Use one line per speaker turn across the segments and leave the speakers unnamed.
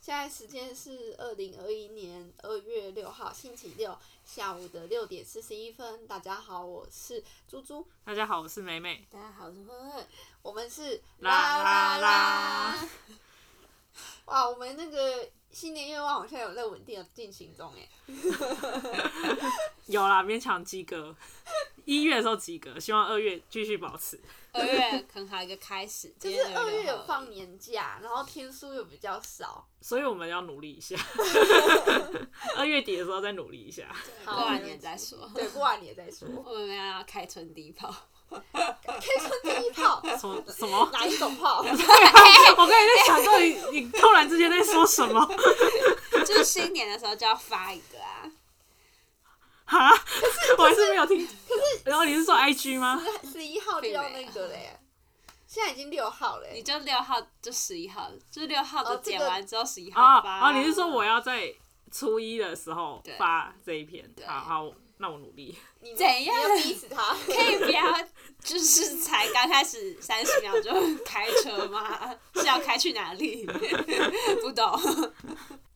现在时间是二零二一年二月六号星期六下午的六点四十一分。大家好，我是猪猪。
大家好，我是美美。
大家好，我是慧慧。我们是
啦啦啦！
哇，我们那个新年愿望好像有在稳定的进行中哎。
有啦，勉强及格。 一月的时候及格，希望二月继续保持。
二月很好一个开始，就
就是二月有放年假，然后天数又比较少。
所以我们要努力一下。 二月底的时候再努力一下。
好
过完年再说。
对，过完年再 说。
我们要开春第一炮，
可以说第一 炮，
什么什么？
哪一种炮？
我刚才在想到底你突然之间在说什 么？
就是新年的时候就要发一个啊。
哈，我还是没有听。然后你是说 IG 吗？
十一号就要那个嘞，现在已经六号
你
嘞。
就六号就十一号，就六号
哦
的
这个哦
剪完之后十一
啊
号发、
啊！你是说我要在初一的时候
对
发这一篇？
对
好好，那我努力。
你
怎样
你要逼死他？
可以不要，就是才刚开始三十秒就开车吗？是要开去哪里？ 不懂。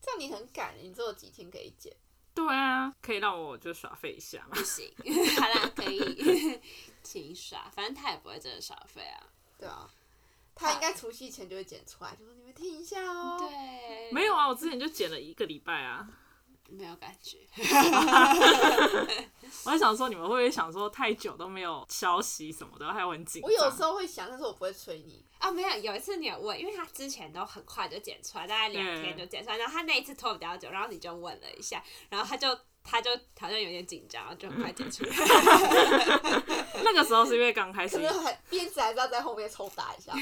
这样你很赶，你只有几天可以剪。
对啊，可以让我就耍废一下嘛。
不行，好啦，可以， 请耍，反正他也不会真的耍废啊。
对啊，他应该除夕前就会剪出来，就说你们听一下哦。
对，
没有啊，我之前就剪了一个礼拜啊。
没有感觉，
我在想说，你们会不会想说太久都没有消息什么的，还有很紧
我
张？
有时候会想，但是我不会催你。
啊、没有。有一次你有问，因为他之前都很快就剪出来，大概两
嗯
天就剪出来，然后他那一次拖比较久，然后你就问了一下，然后他就他就好像有点紧张，然后就很快剪出来。
那个时候是因为刚开始
可，能还鞭子还是要在后面抽打一 下。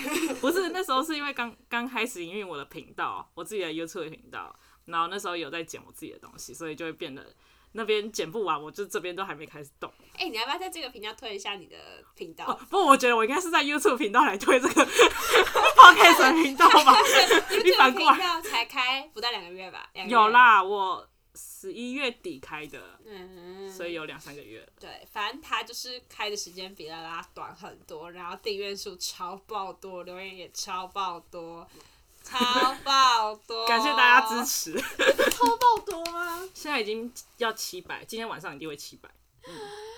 不是那时候是因为刚刚开始营运我的频道，我自己的 YouTube 频道，然后那时候有在剪我自己的东西，所以就会变得那边剪不完，我就这边都还没开始动。
哎、你要不要在这个频道推一下你的频道？
哦，不过我觉得我应该是在 YouTube 频道来 推这个 Podcast 的频道吧。
因为
你
这个
反
频
过来
道才开不到两个月吧？两个月
有。啦，我十一月底开的，
嗯，
所以有两三个月了。
对，反正他就是开的时间比拉拉短很多，然后订阅数超爆多，留言也超爆多，超爆 多。
感谢大家支。持，
哦超爆多吗？
现在已经要七百，今天晚上一定会七百。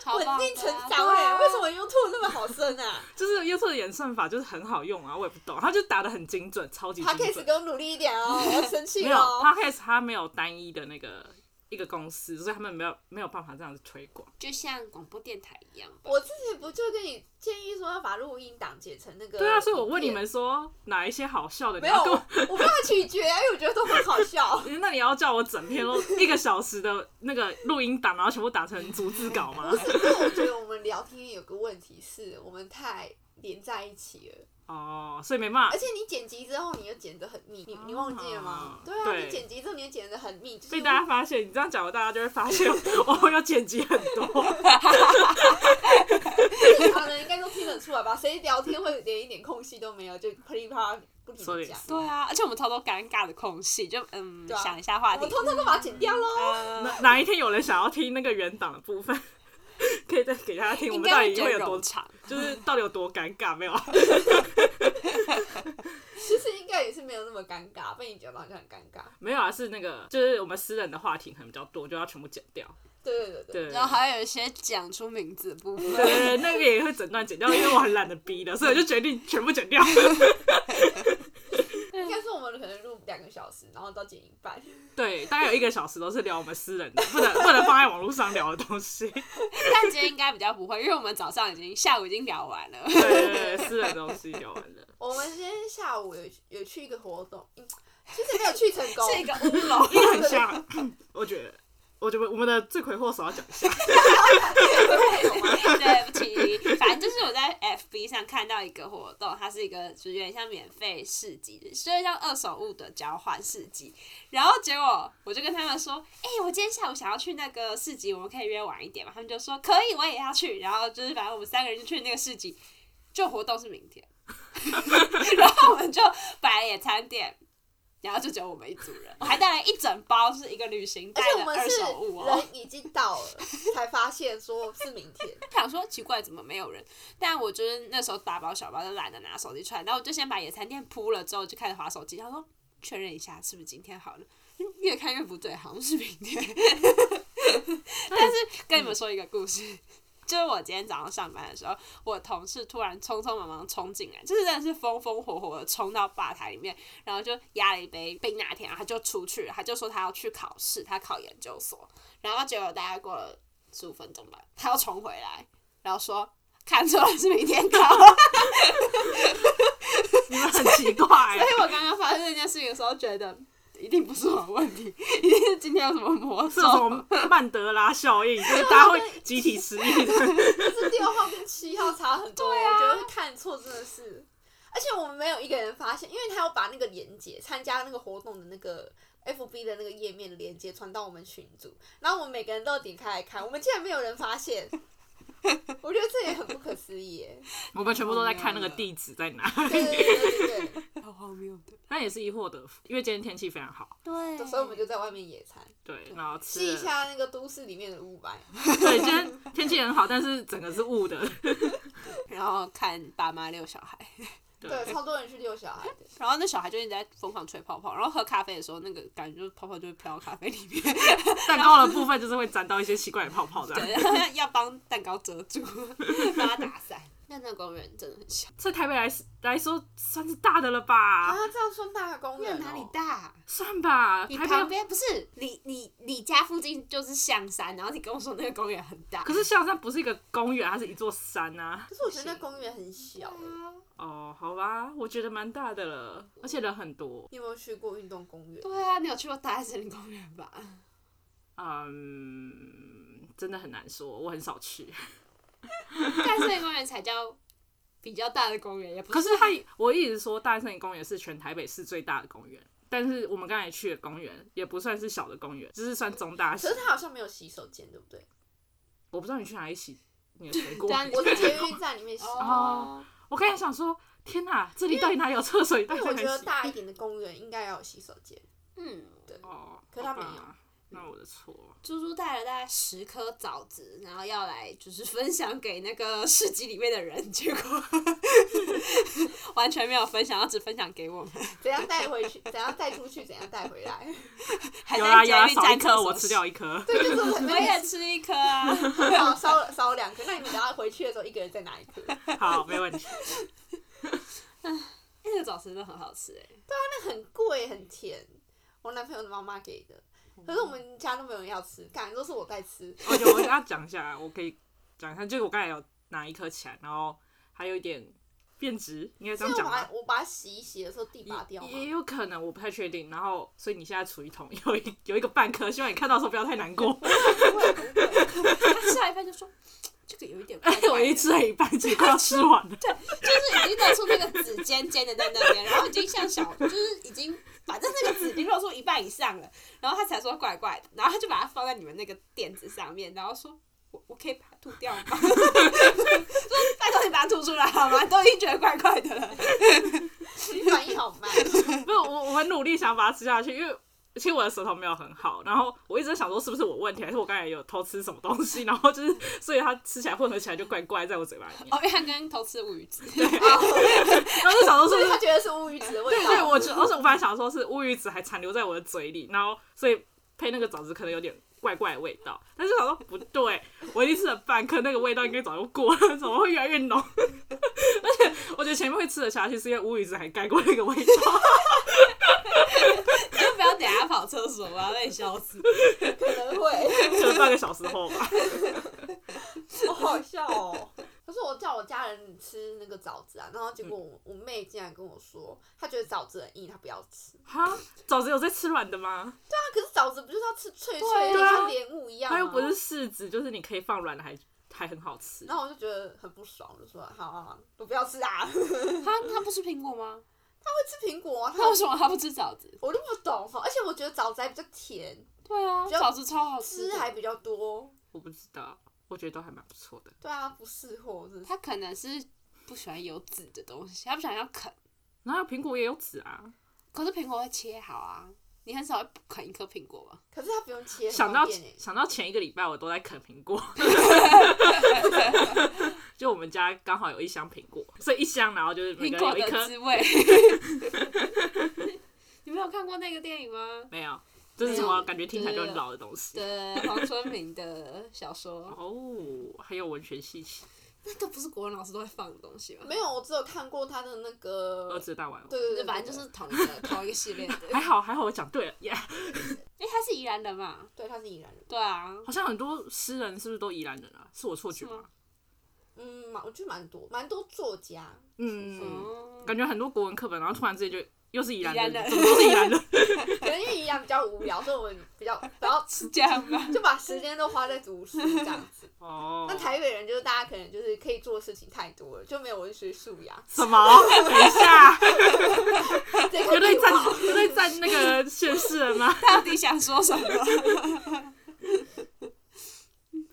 超
稳
爆
定成
多啊
长
对
哎、
啊
为什么 YouTube 那么好升啊？
就是 YouTube 的演算法就是很好用啊，我也不懂，它就打的很精准，超级
他开
精
始
准。
给我努力一点 哦，我要生气
没有
哦。
Podcast 它没有单一的那个一个公司，所以他们没有没有办法这样子推广。
就像广播电台一样吧？
我之前不就跟你建议说要把录音档剪成那个？
对啊，所以我问你。们说哪一些好笑的，你
呃没有，
要
我
跟我，
我没有取决啊，因为我觉得都很好笑。
那你要叫我整篇都一个小时的那个录音档，然后全部打成逐字稿吗
不？是，因为我觉得我们聊天有个问题是我们太连在一起了，
哦，所以没办
而
法
且你剪辑之后，你又剪得很密，
啊
你你忘记了吗
哦？
对啊，
对
你剪辑之后你又剪得很密，就是
被大家发现。你这样讲，我大家就会发现我有剪辑很多。
正常人应该都听得出来吧？谁聊天会连一点空隙都没有，就噼里啪啦不停
说
的
得也
讲？
是
对啊，而且我们超多尴尬的空隙，就嗯、
对啊
想一下话
我
题。
通通都把它剪掉喽。
呃，
哪哪一天有人想要听那个原档的部分， 可以再给大家听，我
应
们到
该
底
觉
会
得
有多
冗长。
就是到底有多尴尬？没有啊，
其实应该也是没有那么尴尬，被你讲到好像很尴尬。
没有啊，是那个，就是我们私人的话题可能比较多，就要全部剪掉。
对对对对，
对，
然后还有一些讲出名字的部 分。
对对对，那个也会整段剪掉，因为我很懒得逼的，所以我就决定全部剪 掉。
应该是我们可能录两个小时，然后到剪一半。
对，大概有一个小时都是聊我们私人的，不能 不能放在网络上聊的东 西。
但今天应该比较不会，因为我们早上已经下午已经聊完了。
对对对，私人的东西聊完了，
我们今天下午有有去一个活动，嗯，其实没有去成 功，
是一个乌龙，
因为很像，我觉得。我觉得我们的罪魁祸首要讲一下，
对不起，反正就是我在 FB 上看到一个活动，它是一个就是有点像免费市集，就是像二手物的交换市集。然后结果我就跟他们说：“哎、我今天下午想要去那个市集，我们可以约晚一点嘛？”他们就说：“可以，我也要去。”然后就是反正我们三个人就去那个市集，就活动是明天， 然后我们就摆了野餐店。然后就只有我们一组人，我还带了一整包，就是一个旅行
而
袋
且我
的
们
二
是
手物哦。
人已经到了，才发现说是明天。
想说奇怪怎么没有人，但我就是那时候打包小包就懒得拿手机出来，然后我就先把野餐垫铺了之后就开始划手机，他说确认一下是不是今天好了。嗯越看越不对，好像是明天。 但是跟你们说一个故事，就是我今天早上上班的时候，我同事突然匆匆忙忙冲进来，就是真的是风风火火的冲到吧台里面，然后就压了一杯冰拿铁，然后他就出去了，他就说他要去考试，他考研究所，然后结果大概过了十五分钟吧，他又冲回来，然后说看错了是明天 考。
你们很奇 怪、
所以我刚刚发生这件事情的时候，觉得一定不是我的问题，一定是今天有什么 魔
这种
咒。
曼德拉效应， 就是大家会集体失忆的。
就是六号跟七号差很多，
啊
我觉得看错真的是。而且我们没有一个人发现，因为他要把那个连接参加那个活动的那个 FB 的那个页面的连接传到我们群组，然后我们每个人都有点开来看，我们竟然没有人发 现，我觉得这也很不可思议耶。
我们全部都在看那个地址在 哪，
对对对对对
好荒谬的。
那也是一获得福，因为今天天气非常好。
对，
对
所以我们就在外面野餐，
对，然后
啊
吸
吃
一
了
下那个都市里面的雾霾。
对，今天天气很好，但是整个是雾的。
然后看爸妈遛小孩，
对，
对，超多人去遛小孩的。
然后那小孩就一直在疯狂吹泡泡，然后喝咖啡的时候，那个感觉就是泡泡就会飘到咖啡里面，
蛋糕的部分就是会沾到一些奇怪的泡泡这样。
然后 要帮蛋糕遮住， 帮他打伞。但那公园真的很小，
在台北来来说算是大的了吧？
啊，这样算大公园、
那
哦？
哪里？大？啊
算吧，
你
台
旁
北。
边不是你你你家附近就是象山，然后你跟我说那个公园很大，
可是象山不是一个公园，它是一座山啊。
可是我觉得那公园很小欸耶。
哦，好吧，我觉得蛮大的了，而且人很多。
你有没有去过运动公园？
对啊，你有去过大安森林公园吧？
嗯，真的很难说，我很少去。
但森林公园才叫比较大的公园，也不。
可是它，我一直说大安森林公园是全台北市最大的公园，但是我们刚才去的公园也不算是小的公园，就是算中大型
可是。它好像没有洗手间，对不 对？
我不知道你去哪里洗你的水果
对啊你
我在捷运站里面洗。
哦我刚才想说，天哪，这里到底哪里有厕所？你到
但
底
我
在
觉
哪
得
里洗？
大一点的公园应该要有洗手间。
嗯，对，
哦，
可是它
好吧
没有。嗯
那我的错，
猪猪带了大概十颗枣子，然后要来就是分享给那个市集里面的人，结果 完全没有分享，然后只分享 给我们，
怎样带回去？怎样带出去？怎样带回来？
还
有啊
在
啦有啦，
家里
少一
占
颗
厕
我
所
吃掉一颗。
对，就是我
我也吃一颗啊，
好烧了烧了两颗。那你们等下回去的时候，一个人再拿一颗。
好，没问题。
那个枣子真的很好吃哎，
那很贵，很甜。我男朋友的妈妈给的，可是我们家都没有人要吃，感觉都是我在吃。
我觉得我要讲一下，我可以讲一下，就是我刚才有拿一颗起来，然后还有一点变质，应该这
所以
样
我
讲
把
吧
它。我把它洗一洗的时候，地拔掉
也也
嘛。
有可能，我不太确定。然后，所以你现在处于桶有一有一个半颗，希望你看到的时候不要太 难过。
不会不会，
他吃到一半就说。这个有一点怪怪 的，
我已经吃了一半，结果要吃完了。
就是已经露出那个指尖尖的在那边，然后已经像小，就是已经反正那个指已经露出一半以上了，然后他才说怪怪的，然后他就把它放在你们那个垫子上面，然后说。我我可以把它吐掉吗？说拜托你把它吐出来好吗？都已经觉得怪怪 的了。
你反应好慢。
不是我，我很努力想把它吃下去，因为其实我的舌头没有很好。然后我一直在想说，是不是我问题，还是我刚才有偷吃什么东西？然后就是，所以它吃起来混合起来就怪怪，在我嘴巴里面。
哦，因为他跟偷吃乌鱼子，
然后就想说，
所
是不
以
是
他觉得是乌鱼子的味道。
对，我觉得，而且我本来想说是乌鱼子还残留在我的嘴里，然后所以配那个枣子可能有点怪怪的味道，但是想说不对，我已经吃了半颗，那个味道应该早就过了，怎么会越来越浓？ 而且我觉得前面会吃得下去，是因为乌鱼子还盖过那个味道。
你就不要等他跑厕所，我要被你笑死。
可能会，
可能半个小时后吧。
好好笑哦。可是我叫我家人吃那个枣子啊，然后
嗯
结果我、我妹竟然跟我说，她觉得枣子很硬，她不要吃。
哈，枣子有在吃软的吗？
那可是枣子不就是要吃脆脆的，
对啊
像莲雾一样吗？
它又不是柿子，就是你可以放软的还还很好吃。
然后我就觉得很不爽，我就说好好好，我不要吃啊。
他他不吃苹果吗？
吃苹果啊，他
那为什么他不吃枣子？
我都不懂哈。而且我觉得枣子还比较甜，
对啊，
比较
枣子超
哦
好吃
吃
的。
还比较多。
我不知道，我觉得都还蛮不错的。
对啊，不适合，真的是。
他可能是不喜欢有籽的东西，他不想要啃。
然后苹果也有籽啊，
可是苹果会切好啊，你很少会啃一颗苹果 吧？
可是它不用切，
想
很
到
方便欸
想到前一个礼拜我都在啃苹果，就我们家刚好有一箱苹果，所以一箱然后就是每个人
苹果
有一
的
颗，
滋味， 你没有看过那个电影吗？
没有，这是什
没
么
有
感觉听起来就很
对
老的东西。
对，黄春明的小 说，
哦，还有文学系系
那个不是国文老师都会放的东西吗？
没有，我只有看过他的那
儿
个，
子的大碗哦。
对对
就
对，
反正就是同一个同一个系列的。
还好还好，我讲对了耶。
哎，他是宜兰人嘛？
对，他是宜兰人，
对啊，
好像很多诗人是不是都宜兰人啊？是我错觉
是
吗
吗？
嗯，蛮我觉得蛮多蛮多作家，
嗯，
哦，
感觉很多国文课本，然后突然之间就又是宜兰
宜兰
人，
人
怎么都是宜兰人？
可能因为宜兰比较无聊，所以我们比较 比较
是这样吗？
就把时间都花在读书这样子。
哦，
那，台北人就是大家可能就是可以做的事情太多了，就没有文学素养
什么？等一下，
这
有
个
在站有在站那个县市了吗？
到底想说什么？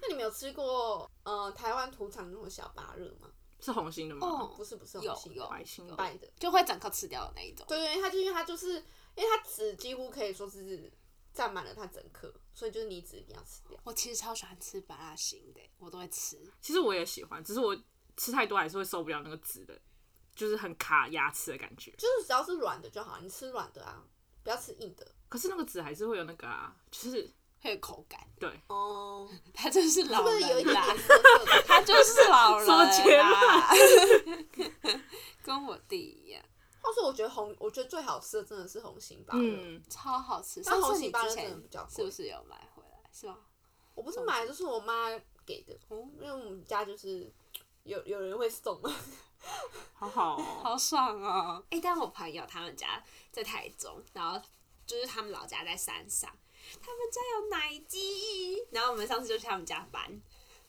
那你们有吃过呃台湾土产那种小芭乐吗？
是红心的吗？
哦
不，是不是
有
红心的，
有
白心的
白的。
就会整颗吃掉的那一种。
对对，它就因为它就是因为它籽几乎可以说是占满了它整颗，所以就是你籽一定要吃掉。
我其实超喜欢吃麻辣型的，我都会吃。
其实我也喜欢，只是我吃太多还是会受不了那个籽的，就是很卡牙齿的感觉。
就是只要是软的就好，你吃软的啊，不要吃硬的。
可是那个籽还是会有那个啊，就是
会有口感，
对，
哦，
他真是
是
老
不是有一点
人啦
点，涩涩的？
他就是老人
说结
啦，跟我弟一样，
话说，我觉得红，我觉得最好吃的真的是红心芭乐。
嗯，
超好吃。
但
上
红
次你
心芭
之
乐真的
前
比较
是
贵
不，是有买回来？是吧？
我不是买，就是我妈给的，
哦，
因为我们家就是有有人会送嘛。
好好、哦。
好爽哦！哎、但我朋友他们家在台中，然后就是他们老家在山上，他们家有奶鸡，然后我们上次就去他们家搬，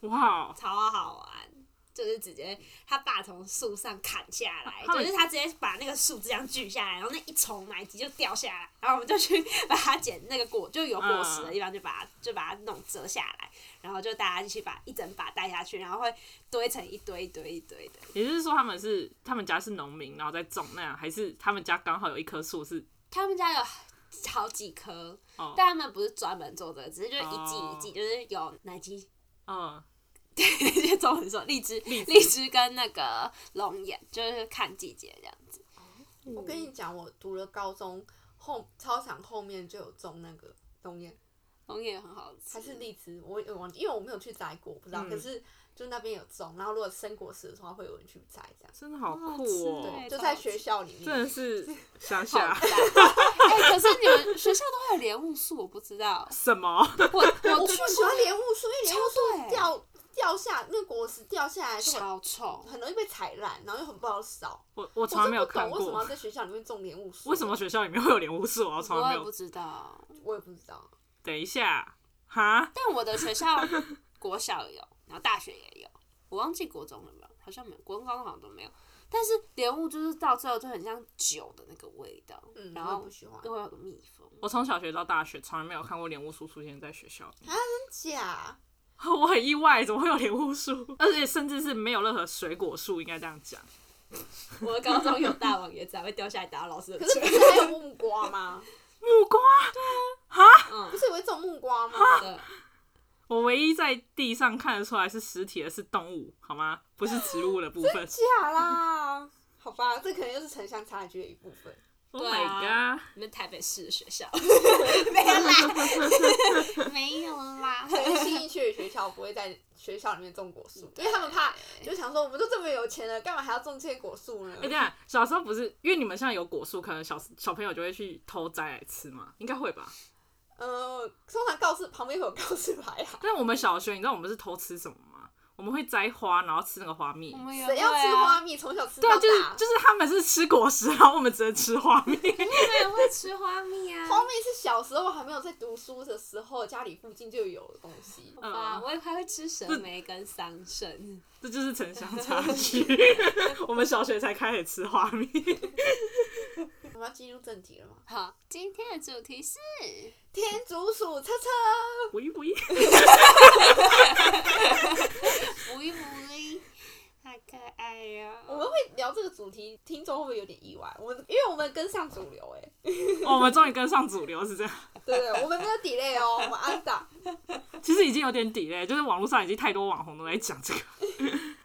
哇，哦
超好玩。就是直接他爸从树上砍下来，
他们
就是他直接把那个树这样锯下来，然后那一丛奶鸡就掉下来，然后我们就去把它捡那个果，就有果实的地方就把它就把它弄折下来，然后就大家一起把一整把带下去，然后会堆成一堆一堆一堆的。
也就是说他们是他们家是农民，然后在种那样，还是他们家刚好有一棵树是
他们家有好几棵，
哦，
但他们不是专门做这个，只是就是一季
哦
一季，就是有奶鸡，
嗯，
就中文说荔枝、
荔枝
荔枝跟那个龙眼，就是看季节这样子。
我跟你讲，我读了高中后，操场后面就有种那个冬叶，
龙眼很好吃，
还是荔枝，我有忘记，因为我没有去摘过，我不知道。
嗯
可是就那边有种，然后如果生果实的话，会有人去摘这样。
真的好酷
好好
哦
吃，
就在学校里
真
面，
的是乡
好
啊
下
赞 哎、可是你们学校都会有莲雾树，我不知道。
什么？
我
我
不
我去
喜欢莲雾树，因为莲雾
超
树
对
掉掉下那果实掉下来，就
超臭，
很容易被踩烂，然后又很不好扫。
我我
我
从来没有
真不懂
看
为什么要
过，
在学校里面种莲雾树，
为什么学校里面会有莲雾树啊？我从来
我
没
也不
有。
知道。
我也不知道。
等一下，哈，
但我的学校国小有，然后大学也有，我忘记国中有没有，好像没有，国中、高中好像都没有。但是莲雾就是到最后就很像酒的那个味道，
嗯，
然
我也
后
不喜欢。
又会有个蜜蜂，
我从小学到大学从来没有看过莲雾树出现在学校里，
假，
我很意外，怎么会有莲雾树？ 而且甚至是没有任何水果树，应该这样讲。
我的高中有大王椰子，还会掉下来打到老师
可
的
是不
腿。
是还有木瓜 吗？
木瓜，
不
嗯，
是有啊一种木瓜吗？
啊
对，
我唯一在地上看得出来是实体的是动物，好吗？不是植物的部分。
假啦， 好吧，这可能又是城乡差距的一部 分。
Oh
对
my
啊
god！
你们台北市的学校 没有啦， 没有啦。
因为新一区的学校不会在学校里面种果树，因为他们怕，就想说我们都这么有钱了，干嘛还要种这些果树呢
哎、？这样小时候不是因为你们现在有果树，可能小小朋友就会去偷摘来吃嘛，应该会吧？
呃，通常告示旁边会有告示牌啊，
但我们小学，你知道我们是偷吃什么吗？我们会摘花，然后吃那个花蜜
我。们也
谁要
会
吃
啊
花蜜？从小吃到
对啊，
大，
就是就是他们是吃果实，然后我们只能吃花蜜。
我们也会吃花蜜啊。
花蜜是小时候还没有在读书的时候，家里附近就有的东西。
好吧，
嗯
我也还会吃蛇莓跟桑葚。
这就是城乡差距。 我们小学才开始吃花 蜜。
我们要进入正题了吗？
好，今天的主题是
天竺鼠车车，
不一不一，
福一福一， 好可爱哦呀、
我们会聊这个主题，听众会不会有点意外？我们因为我们跟上主流、欸，
哦我们终于跟上主流是这样。
对对，我们没有 delay 哦，我们安打。
其实已经有点底嘞，就是网络上已经太多网红都在讲这个。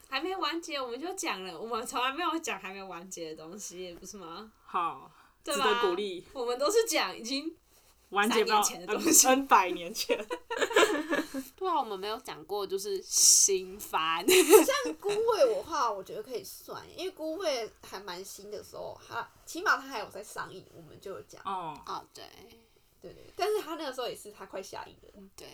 还没完结，我们就讲了，我们从来没有讲还没完结的东西，不是吗？
好，
对
值
吧？
得鼓励。
我们都是讲已经
完结不
三
了
年前的东西
N 百年前，
对啊，我们没有讲过就是心 烦，
像孤味我话，我觉得可以算，因为孤味还蛮新的时候，它起码它还有在上映，我们就有讲。
哦，
哦，对
对对，对但是它那个时候也是它快下映了。
对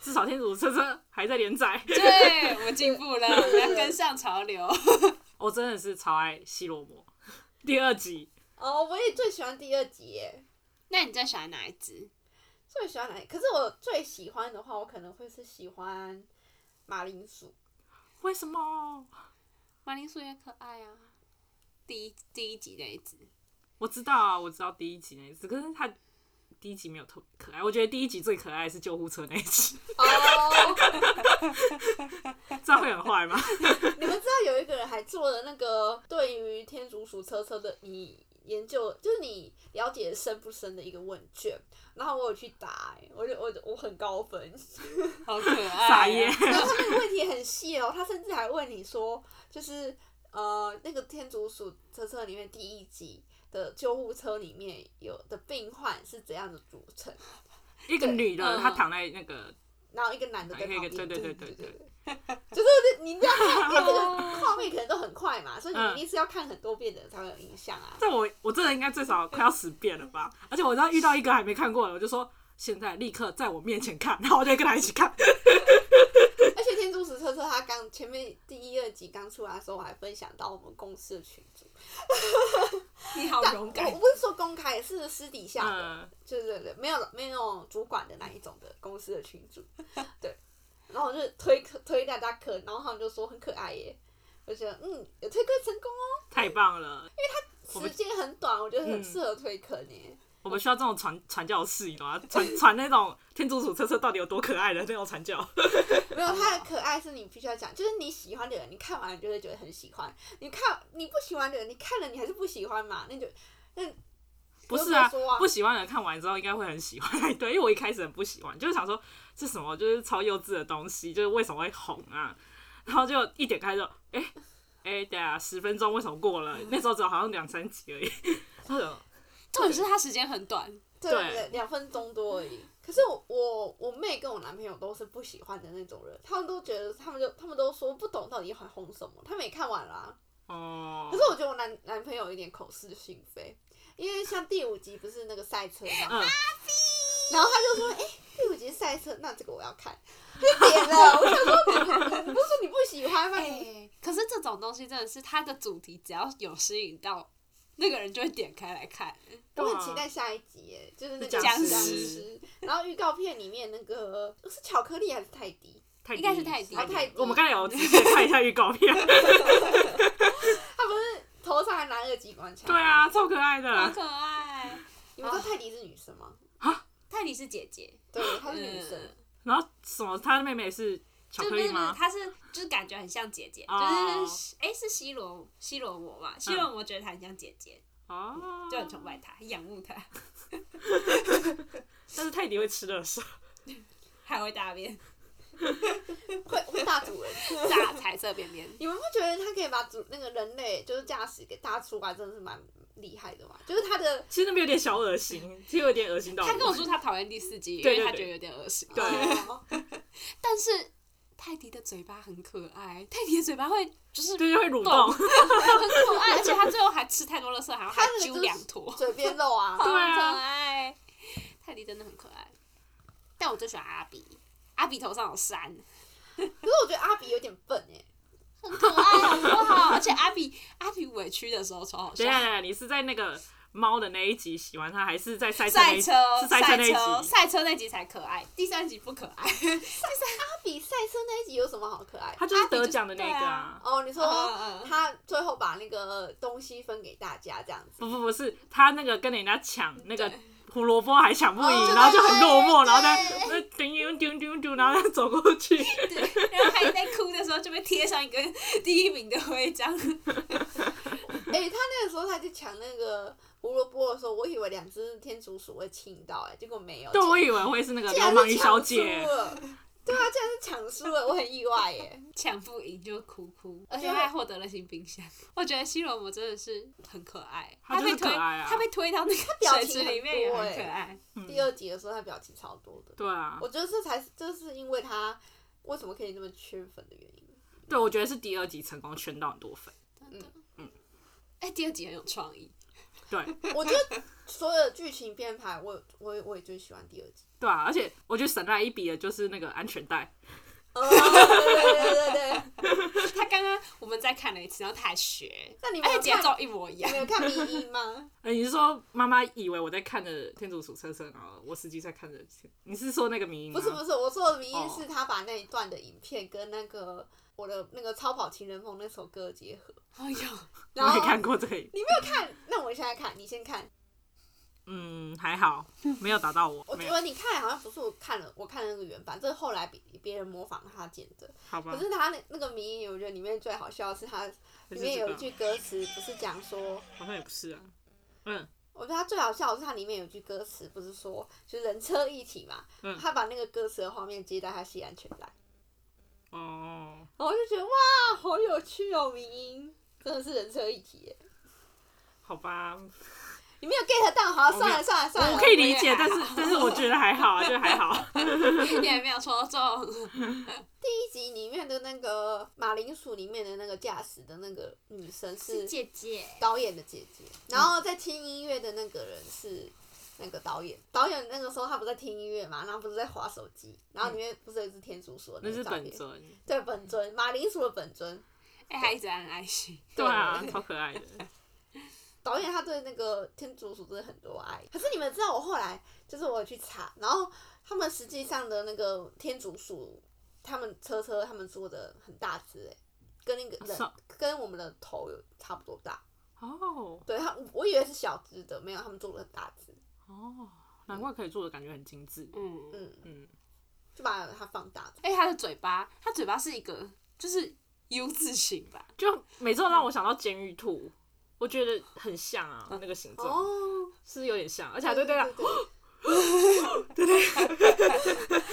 至少《天竺车车》还在连载。
对，我们进步 了，我们要跟上潮流。
我真的是超爱西罗摩第二集，
哦，我也最喜欢第二集耶，
那你最喜欢哪一只？
最喜欢哪里？可是我最喜欢的话，我可能会是喜欢马铃薯。
为什么？
马铃薯也可爱啊，第一第一集那一 只，
我知道啊，我知道第一集那一次，可是他第一集没有特别可爱。我觉得第一集最可爱的是救护车那一集，
哦，
这样会很 坏吗？
你们知道有一个人还做了那个对于天竺鼠车车的你研究，就是你了解深不深的一个问卷，然后我有去答、欸，我就我我很高分。
好可爱、啊
傻耶！
然后他那个问题很细哦，他甚至还问你说，就是呃，那个天竺鼠车车里面第一集的救护车里面有的病患是怎样的组成，
一个女的，
嗯
她躺在那个，
然后一个男的在旁
啊还有一
边，
个对
对
对
对
对对
对。 就是你知道，因为这个画面可能都很快嘛，所以你
嗯
一定是要看很多遍的才会有印象 啊。
在我我真的应该最少快要十遍了吧？而且我知道遇到一个还没看过的，我就说现在立刻在我面前看，然后我就跟他一起 看。
而且天竺鼠车车它刚前面第一、二集刚出来的时候，我还分享到我们公司的群组，
你好
但
勇
我
敢
我，不是说公开，是私底下的，
嗯，
就是对对，没有没有那种主管的那一种的公司的群组，对。然后我就推推大家课，然后他们就说很可爱耶，我觉得嗯有推坑成功
太棒了！我
哦，
们
时间很短，我觉得很
嗯
适合推坑耶。
我们需要这种传传教士，你懂吗？传传那种天竺鼠车车到底有多可爱的那种传教。
没有，它的可爱是你必须要讲，就是你喜欢的人，你看完你就会觉得很喜欢；你看你不喜欢的人，你看了你还是不喜欢嘛，那就
不是啊
不用多说啊，
不喜欢的人看完之后应该会很喜欢， 对，因为我一开始很不喜欢，就是想说这什么，就是超幼稚的东西，就是为什么会红啊？然后就一点开就，哎、哎、等一下十分钟为什么过了？那时候只有好像两三集而已。他说
重点是它时间很短，
对
对
对两分钟多而已。可是我我我妹跟我男朋友都是不喜欢的那种人，他们都觉得他们就他们都说不懂到底很红什么，他们也看完了啊、
哦
可，是我觉得我男男朋友有一点口是心非，因为像第五集不是那个赛车吗？
嗯，
然后他就说：“哎、第五集赛车，那这个我要 看。”就点了，我想说你你不是说你不喜欢吗？
哎、可是这种东西真的是它的主题，只要有吸引到那个人，就会点开来 看。
我
对
很
啊
期待下一集耶，就是那个
僵
尸
尸。然后预告片里面那个是巧克力还是泰迪？
泰迪
应该是泰迪
啊，泰迪。
我们刚才有仔细看一下预告 片，
他不是头上还拿了机关枪？
对。啊，超可爱
好
的。
可爱。
你们知道泰迪是女生吗？
泰迪是姐姐，
对，她是女生
嗯。
然后什么，他的妹妹是巧
就
克
不是
力
不是，
吗？
她是就是感觉很像姐姐，
哦
就是哎、是西罗西罗摩嘛，西罗摩觉得她很像姐姐，
哦，
就很崇拜她，仰慕她，
但是泰迪会吃的少。
还会大便，
会会大主人。
大彩色便 便。
你们不觉得他可以把主那个人类就是驾驶给搭出来，真的是蛮厉害的嘛？就是他的
其实那边有点小恶心，其实有点恶心到
她跟我说她讨厌第四集，因
对
为
对
她
对
觉得有点恶心。
对
哦
但是泰迪的嘴巴很可爱，泰迪的嘴巴会就是
就是会蠕
动
动。
很可爱，而且他最后还吃太多垃圾，还还
他那个
揪
就是
两坨，
嘴边肉啊，
好 可
对啊
爱。泰迪真的很可爱，但我最喜欢阿比，阿比头上有山，
可是我觉得阿比有点笨哎、
很可爱，好不 好？而且阿比阿比委屈的时候超好笑
等一。下，等一下，你是在那个猫的那一集喜欢它，还是在赛车那
赛
一集？
车
是，赛
赛
那
车，
一集，
赛车那集才可爱，第三集不可爱。
阿比赛车那一集有什么好可爱？
它就是得奖的那个啊。
哦，你说
嗯嗯嗯
他最后把那个东西分给大家这样子，
不不不是，它那个跟人家抢那个
对
胡萝卜还抢不赢，
哦
然后就很落寞，
对
然后呃在那丢丢丢丢，然后再走过去。
对，然后还在哭的时候就被贴上一个第一名的徽章。
哎、他那个时候他就抢那个胡萝卜的时候，我以为两只天竺鼠会亲到哎、结果没有，
对，我以为会是那个
竟
流
然
氓
是
与
抢
小
输
姐，
了，对啊，竟然是抢输了，我很意外 耶。
抢不赢就哭哭，而且
对
他还获得了新冰箱。 我觉得西罗摩真的是很可爱，
他就是
被推，
可爱啊
他被推到那
表
个水
情
池里
很
面也
多
很
欸
可爱。
嗯
第二集的时候，他表情超多的，
对啊，
我觉得这才是这是因为他为什么可以那么圈粉的原因。
对我觉得是第二集成功圈到很多粉。
哎、第二集很有创意，
对，
我觉得所有的剧情编排，我我我也最喜欢第二集。
对啊，而且我觉得省来一笔的就是那个安全带，
哦，对对对对对。
他刚刚我们再看了一次，然后他还 学，
那
哎
你没
而
有
且节
看？
奏一模一样
你没。有看迷音吗？
呃，你是说妈妈以为我在看着《天竺鼠车车》，然后我实际在看着天？你是说那个迷音吗？啊
不是不是，我说的迷音
哦
是他把那一段的影片跟那个我的那个《超跑情人梦》那首歌结合。
哎呦，
然
我
后
没看过这里，
你没有看？那我现在看，你先看。
嗯，还好没有打到我
我，
没
觉
有，
得你看好像不是我看了，我看了那个原版，这是后来别别人模仿他剪的。
好吧
可，是他那那个迷音，我觉得里面最好笑的是他里
可是
面
这
有
个
一句歌词，不是讲说
好像也不是啊，嗯，
我觉得他最好笑的是他里面有句歌词，不是说就是人车一体嘛，
嗯
他把那个歌词的画面接在他系安全带，
哦，
然后我就觉得哇，好有趣哦，民音真的是人车一体耶，
好吧，
你没有 get 到，好，
我没
算
有
了算了算了，
我可以
我
理
也
解，但
还
是但是我觉得还好啊，就 还好，
也没有戳中。
第一集里面的那个马铃薯里面的那个驾驶的那个女生是
姐姐，
导演的姐姐，然
嗯
后在听音乐的那个人是。那个导演，导演那个时候他不在听音乐嘛，然后不是在划手机，然后里面不是有一只天竺鼠的
嗯那
个
是
照片
本尊，
对本尊马铃薯的本尊，
哎、他一直很爱心。
对啊，超 可爱的，
导演他对那个天竺鼠真的很多爱。可是你们知道，我后来就是我有去查，然后他们实际上的那个天竺鼠，他们车车他们做的很大只哎、跟那个人
是啊
跟我们的头有差不多大。
哦
对他，我以为是小只的，没有，他们做的很大只，
哦，难怪可以做的感觉很精致，
嗯，
嗯，
嗯，
就把它放大。
哎、他的嘴巴，他嘴巴是一个就是 U 字形吧？
就每次都让我想到监狱兔，我觉得很像啊，那个形状
嗯哦，
是有点像，而且还对对了，
对，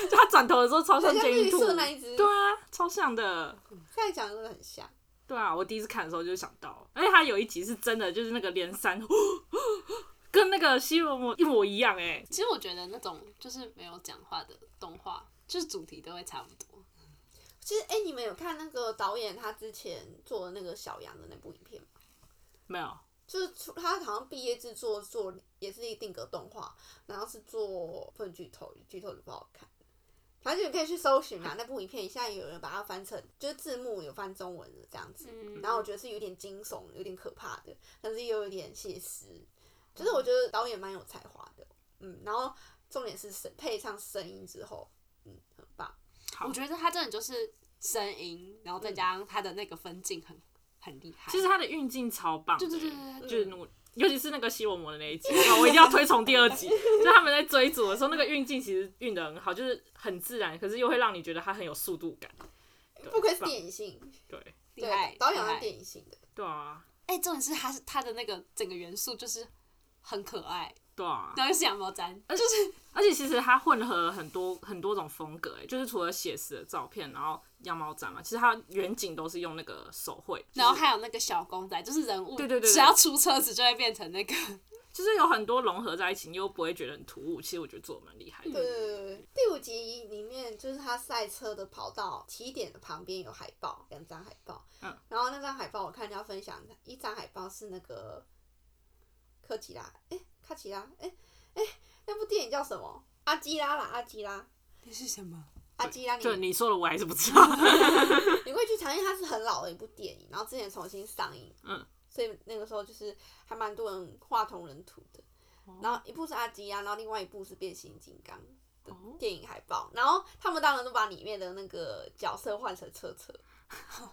就他转头的时候超像
像
监狱
绿
兔，
色那一只，
对啊，超像的。
现在讲的都很像。
对啊，我第一次看的时候就想到，而且他有一集是真的，就是那个连山， 跟那个西罗摩一模一样哎、
其实我觉得那种就是没有讲话的动画，就是主题都会差不多。
其实，哎、你们有看那个导演他之前做的那个小羊的那部影片吗？
没有，
就是出他好像毕业制作做也是一定格动画，然后是做不能剧透，剧透就不好看。反正你可以去搜寻嘛，那部影片现在有人把它翻成，就是字幕有翻中文的这样子。
嗯
然后我觉得是有点惊悚，有点可怕的，但是又有点写实。就是我觉得导演蛮有才华的，嗯，然后重点是声配上声音之后，嗯，很棒。
好
我觉得他真的就是声音，然后再加上他的那个分镜很很厉害。
其实他的运镜超棒的欸、
对对对对对，
就是那个尤其是那个西罗摩的那一集，哇我一定要推崇第二集。就他们在追逐的时候，那个运镜其实运的很好，就是很自然，可是又会让你觉得它很有速度感。对
不愧是
棒
电影性，
对
厉害
对，导
厉
演是
害
电影性的，
对啊，
哎、重点是他是他的那个整个元素就是很可爱，
对啊，
然后又是羊毛毡，
呃
就是
而且其实它混合了很多很多种风格，哎，就是除了写实的照片，然后羊毛毡嘛，其实它远景都是用那个手绘，就是
然后还有那个小公仔，就是人物，
对对对对
只要出车子就会变成 那个。
就是有很多融合在一起，你又不会觉得很突兀。其实我觉得做的蛮厉害
对
的。
对对对，第五集里面就是他赛车的跑道起点的旁边有海报，两张海报。
嗯。
然后那张海报我看人家分享，一张海报是那个科吉拉，哎、卡奇拉，哎、哎、那部电影叫什么？阿基拉啦，阿基拉，
那是什么？
阿基拉
就
你，
你说了，我还是不知道。
嗯你会去查，因为它是很老的一部电影，然后之前重新上映。
嗯。
所以那个时候就是还蛮多人画同人图的，
哦
然后一部是阿基啊拉，然后另外一部是变形金刚。
哦
电影海报，然后他们当然都把里面的那个角色换成车 车，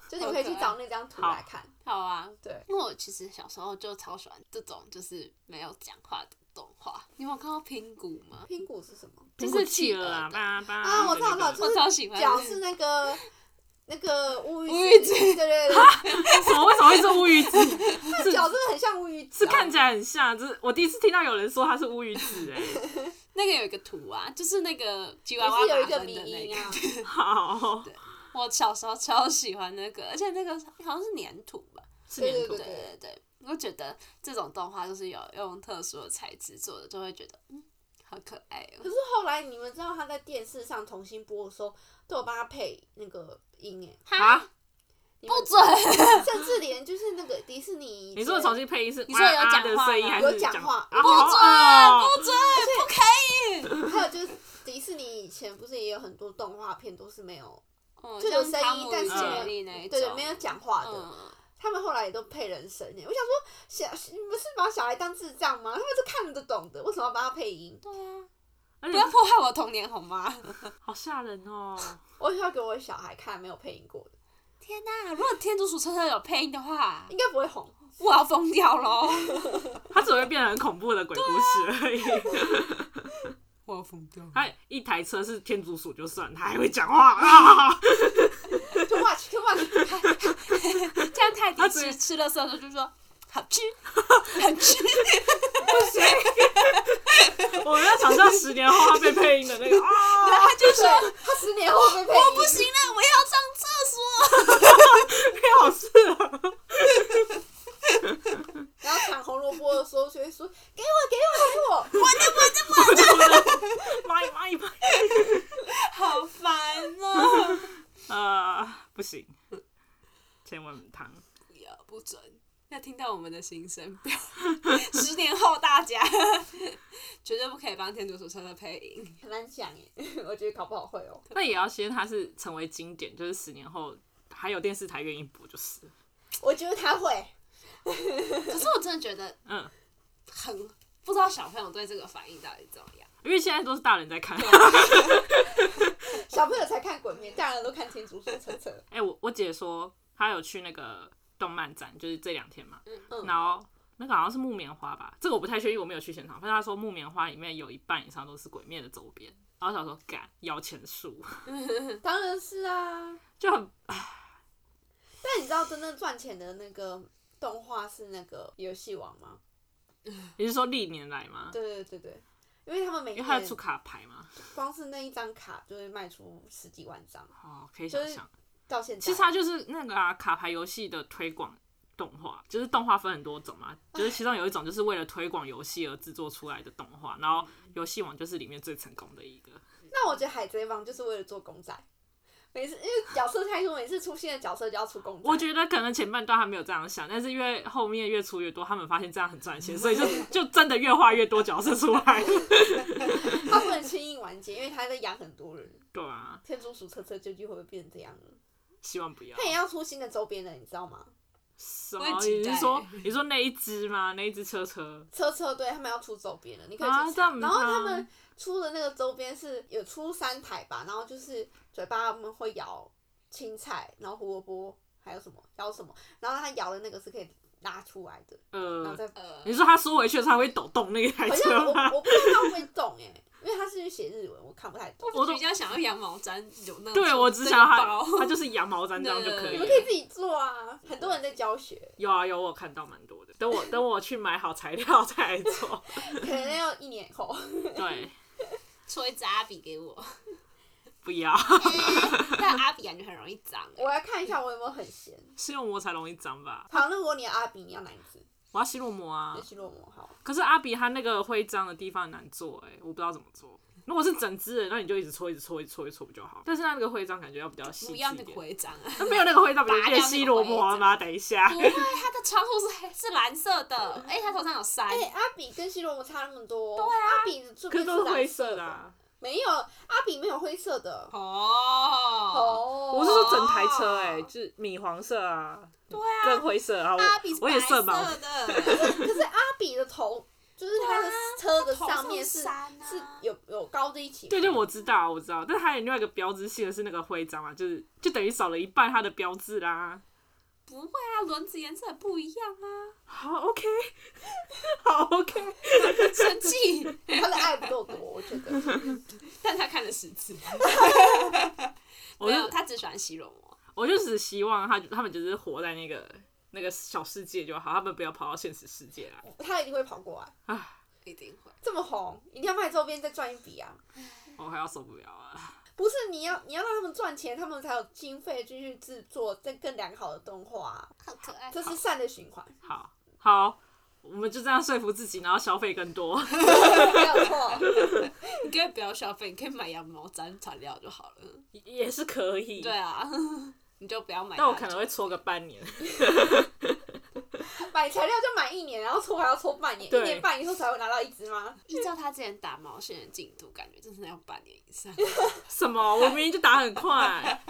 就你们可以去找那张图来看。
好啊，
对，
因为我其实小时候就超喜欢这种就是没有讲话的动画。你们有看过拼骨吗？
拼骨是什么？
就
苹
是
果企鹅
企鹅
啊，
的
叭叭
啊我知道我知道就
我
是
超喜欢。
脚是那个那个乌鱼
乌鱼子
对对 对，
什么？为什么会是乌鱼子？ 是
脚真的很像乌鱼子啊，
是看起来很像，就是我第一次听到有人说它是乌鱼子哎、
那个有一个图啊，就是那个吉娃
也
娃
是有一
马
个
芬
迷
的那
因
个，
啊，
好，
我小时候超喜欢那个，而且那个好像是粘土吧，
是粘
对
土
对对对，我觉得这种动画就是有用特殊的材质做的，就会觉得嗯，好可爱
可
哦。
是后来你们知道他在电视上重新播的时候，都有帮他配那个音哎，
啊！
你们
不准！
甚至连就是那个迪士尼以前，
你说的重新配音是
你说有
啊啊的
讲话
声音
吗
还
有
是
讲
讲
话
啊
不
好
准
恶
不准，不可
还有就是迪士尼以前不是也有很多动画片都是没有
嗯
就有声
像
音
汤，姆
但
与
是
杰
没
利
有
那一
对对
种
没有讲话的，
嗯，
他们后来也都配人声耶。我想说，小你们是把小孩当智障吗？他们是看得懂的，为什么要帮他配音？
对啊，
而
不
且
要破坏我童年好吗？
好吓人哦！
我需要给我小孩看没有配音过的，
天哪、如果天竺鼠车车有配音的话，
应该不会红。
我要疯掉喽！
它只会变得很恐怖的鬼故事而已。
我要疯掉。
它一台车是天竺鼠就算，它还会讲话啊！
Too much, too much。
这样泰迪
他只
吃吃了色的时候就说好 吃，好吃。
我们要想象十年后它被配音的那个啊，
然后他就说
对，他十年后会被配音。
不行了，我要上厕所。
配好事啊！
然后抢红萝卜的时候就会说：“给我，给我，给我
蚂蚁蚂蚁蚂蚁，
好烦哦！
呃，不行，千万不糖。
不要不准，要听到我们的心声。不要， 十年后大家 绝对不可以帮天竺鼠车车配音。！”
很难讲耶， 我觉得搞不好会哦。
那也要先它是成为经典，就是十年后还有电视台愿意播，就是了
我觉得他会，
可是我真的觉得
嗯，
很不知道小朋友对这个反应到底怎么样。
因为现在都是大人在看。
小朋友才看鬼面，大人都看天竺鼠车车。
哎、我我姐说她有去那个动漫展，就是这两天嘛，
嗯
然后那个好像是木棉花吧，这个我不太确定，我没有去现场。反正她说木棉花里面有一半以上都是鬼灭的周边，然后想说干摇钱树
当然是啊，
就很
但你知道真正赚钱的那个动画是那个游戏王吗？
你是说历年来吗？
对对对对，因为他们每
因为它
年
有出卡牌嘛，
光是那一张卡就会卖出十几万张，
哦，可以想
就是
象，
到现在
其实它就是那个啊卡牌游戏的推广。动画就是动画分很多种嘛，就是其中有一种就是为了推广游戏而制作出来的动画，然后游戏王就是里面最成功的一个。
那我觉得海贼王就是为了做公仔，每次因为角色太多，每次出现的角色就要出公仔。
我觉得可能前半段还没有这样想，但是因为后面越出越多，他们发现这样很赚
嗯
钱，所以就 就真的越画越多角色出来。
他不能轻易完结，因为他在养很多人。
对啊，
天竺鼠车车究竟会不会变成这样呢？
希望不要
他。也要出新的周边了，你知道吗？
什
我也
么？
期
你
待
是说你说那一只吗？那一只车车？
车车对他们要出周边了，你可以
啊
去查。
这样很
然后
棒
他们出的那个周边是有出三台吧，然后就是嘴巴他们会咬青菜，然后胡萝卜，还有什么咬什么，然后他咬的那个是可以拉出来的，然后
呃，
再
呃
你，是说他缩回去的时候它会抖动那一台
好像
车
我
吗？
我不知道他会不会懂哎、因为他是写日文，我看不太懂。
我
我
都
比较想要羊毛毡有那 种
对，我只
这个
想要
包
它，它就是羊毛毡这样就可
你
以
们可以
了。
自己做啊，很多人在教学，
有啊有，我有看到蛮多的。等我等我去买好材料再来做。
可能要一年后。
对，
戳一支阿比给 我，
不要，
但阿比感觉很容易脏。欸
我来看一下我有没有很闲。
吸肉膜才容易脏吧？
好，那如果你的阿比，你要哪一只？
我要吸肉膜啊
那。去落魔好。
可是阿比他那个徽章的地方很难做、欸，我不知道怎么做。如果是整只人，那你就一直搓，一直搓，一直搓，一直搓不就好？但是他那个徽章感觉要比较细致
不
一
要那个
点。
徽章啊！
那没有那个徽章，不就
拔掉那
变
个
西罗摩了吗？
徽
等一下
不，会，他的窗户是黑是蓝色的，哎，他头上有山
哎、，阿比跟西罗摩差那么多。对啊。阿比的这
可
边
是都是灰
蓝
色
色
的、啊。
没有，阿比没有灰色的。
哦，
哦。
我是说整台车、欸，哎，就是米黄色啊，
对啊，
更灰色啊。
阿比
我
是
我也色盲
白，色的，
可是阿比的头，就是他的车的上面是、
头上山啊
是有有高的一起。
对对，我知道，我知道。但还有另外一个标志性的是那个徽章嘛，就是就等于少了一半它的标志啦。
不会啊，轮子颜色也不一样 啊，
好，OK，好，OK。
生气，
他的爱不够多，我觉得。
但他看了十次，
我
没
就
有，他只喜欢哦西罗摩，
我就只希望他他们就是活在那个那个小世界就好，他们不要跑到现实世界来。
他一定会跑过来。
一定会。
这么红，一定要卖周边再赚一笔啊！
我哦快要受不了啊了。
不是你要你要让他们赚钱，他们才有经费继续制作更更良好的动画啊、
好可爱
这是善的循环，
好，好，我们就这样说服自己，然后消费更多。
没有错。
你可以不要消费，你可以买羊毛毡材料就好了。
嗯
也是可以，
对啊， 你就不要买它就。
但我可能会搓个半年。
买材料就买一年，然后抽还要抽半年，一
对
年半以后才会拿到一只吗？
依照他之前打毛线的进度，感觉真的要半年以上。
什么？我明明就打很快。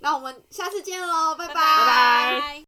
那我们下次见喽，拜拜
拜拜。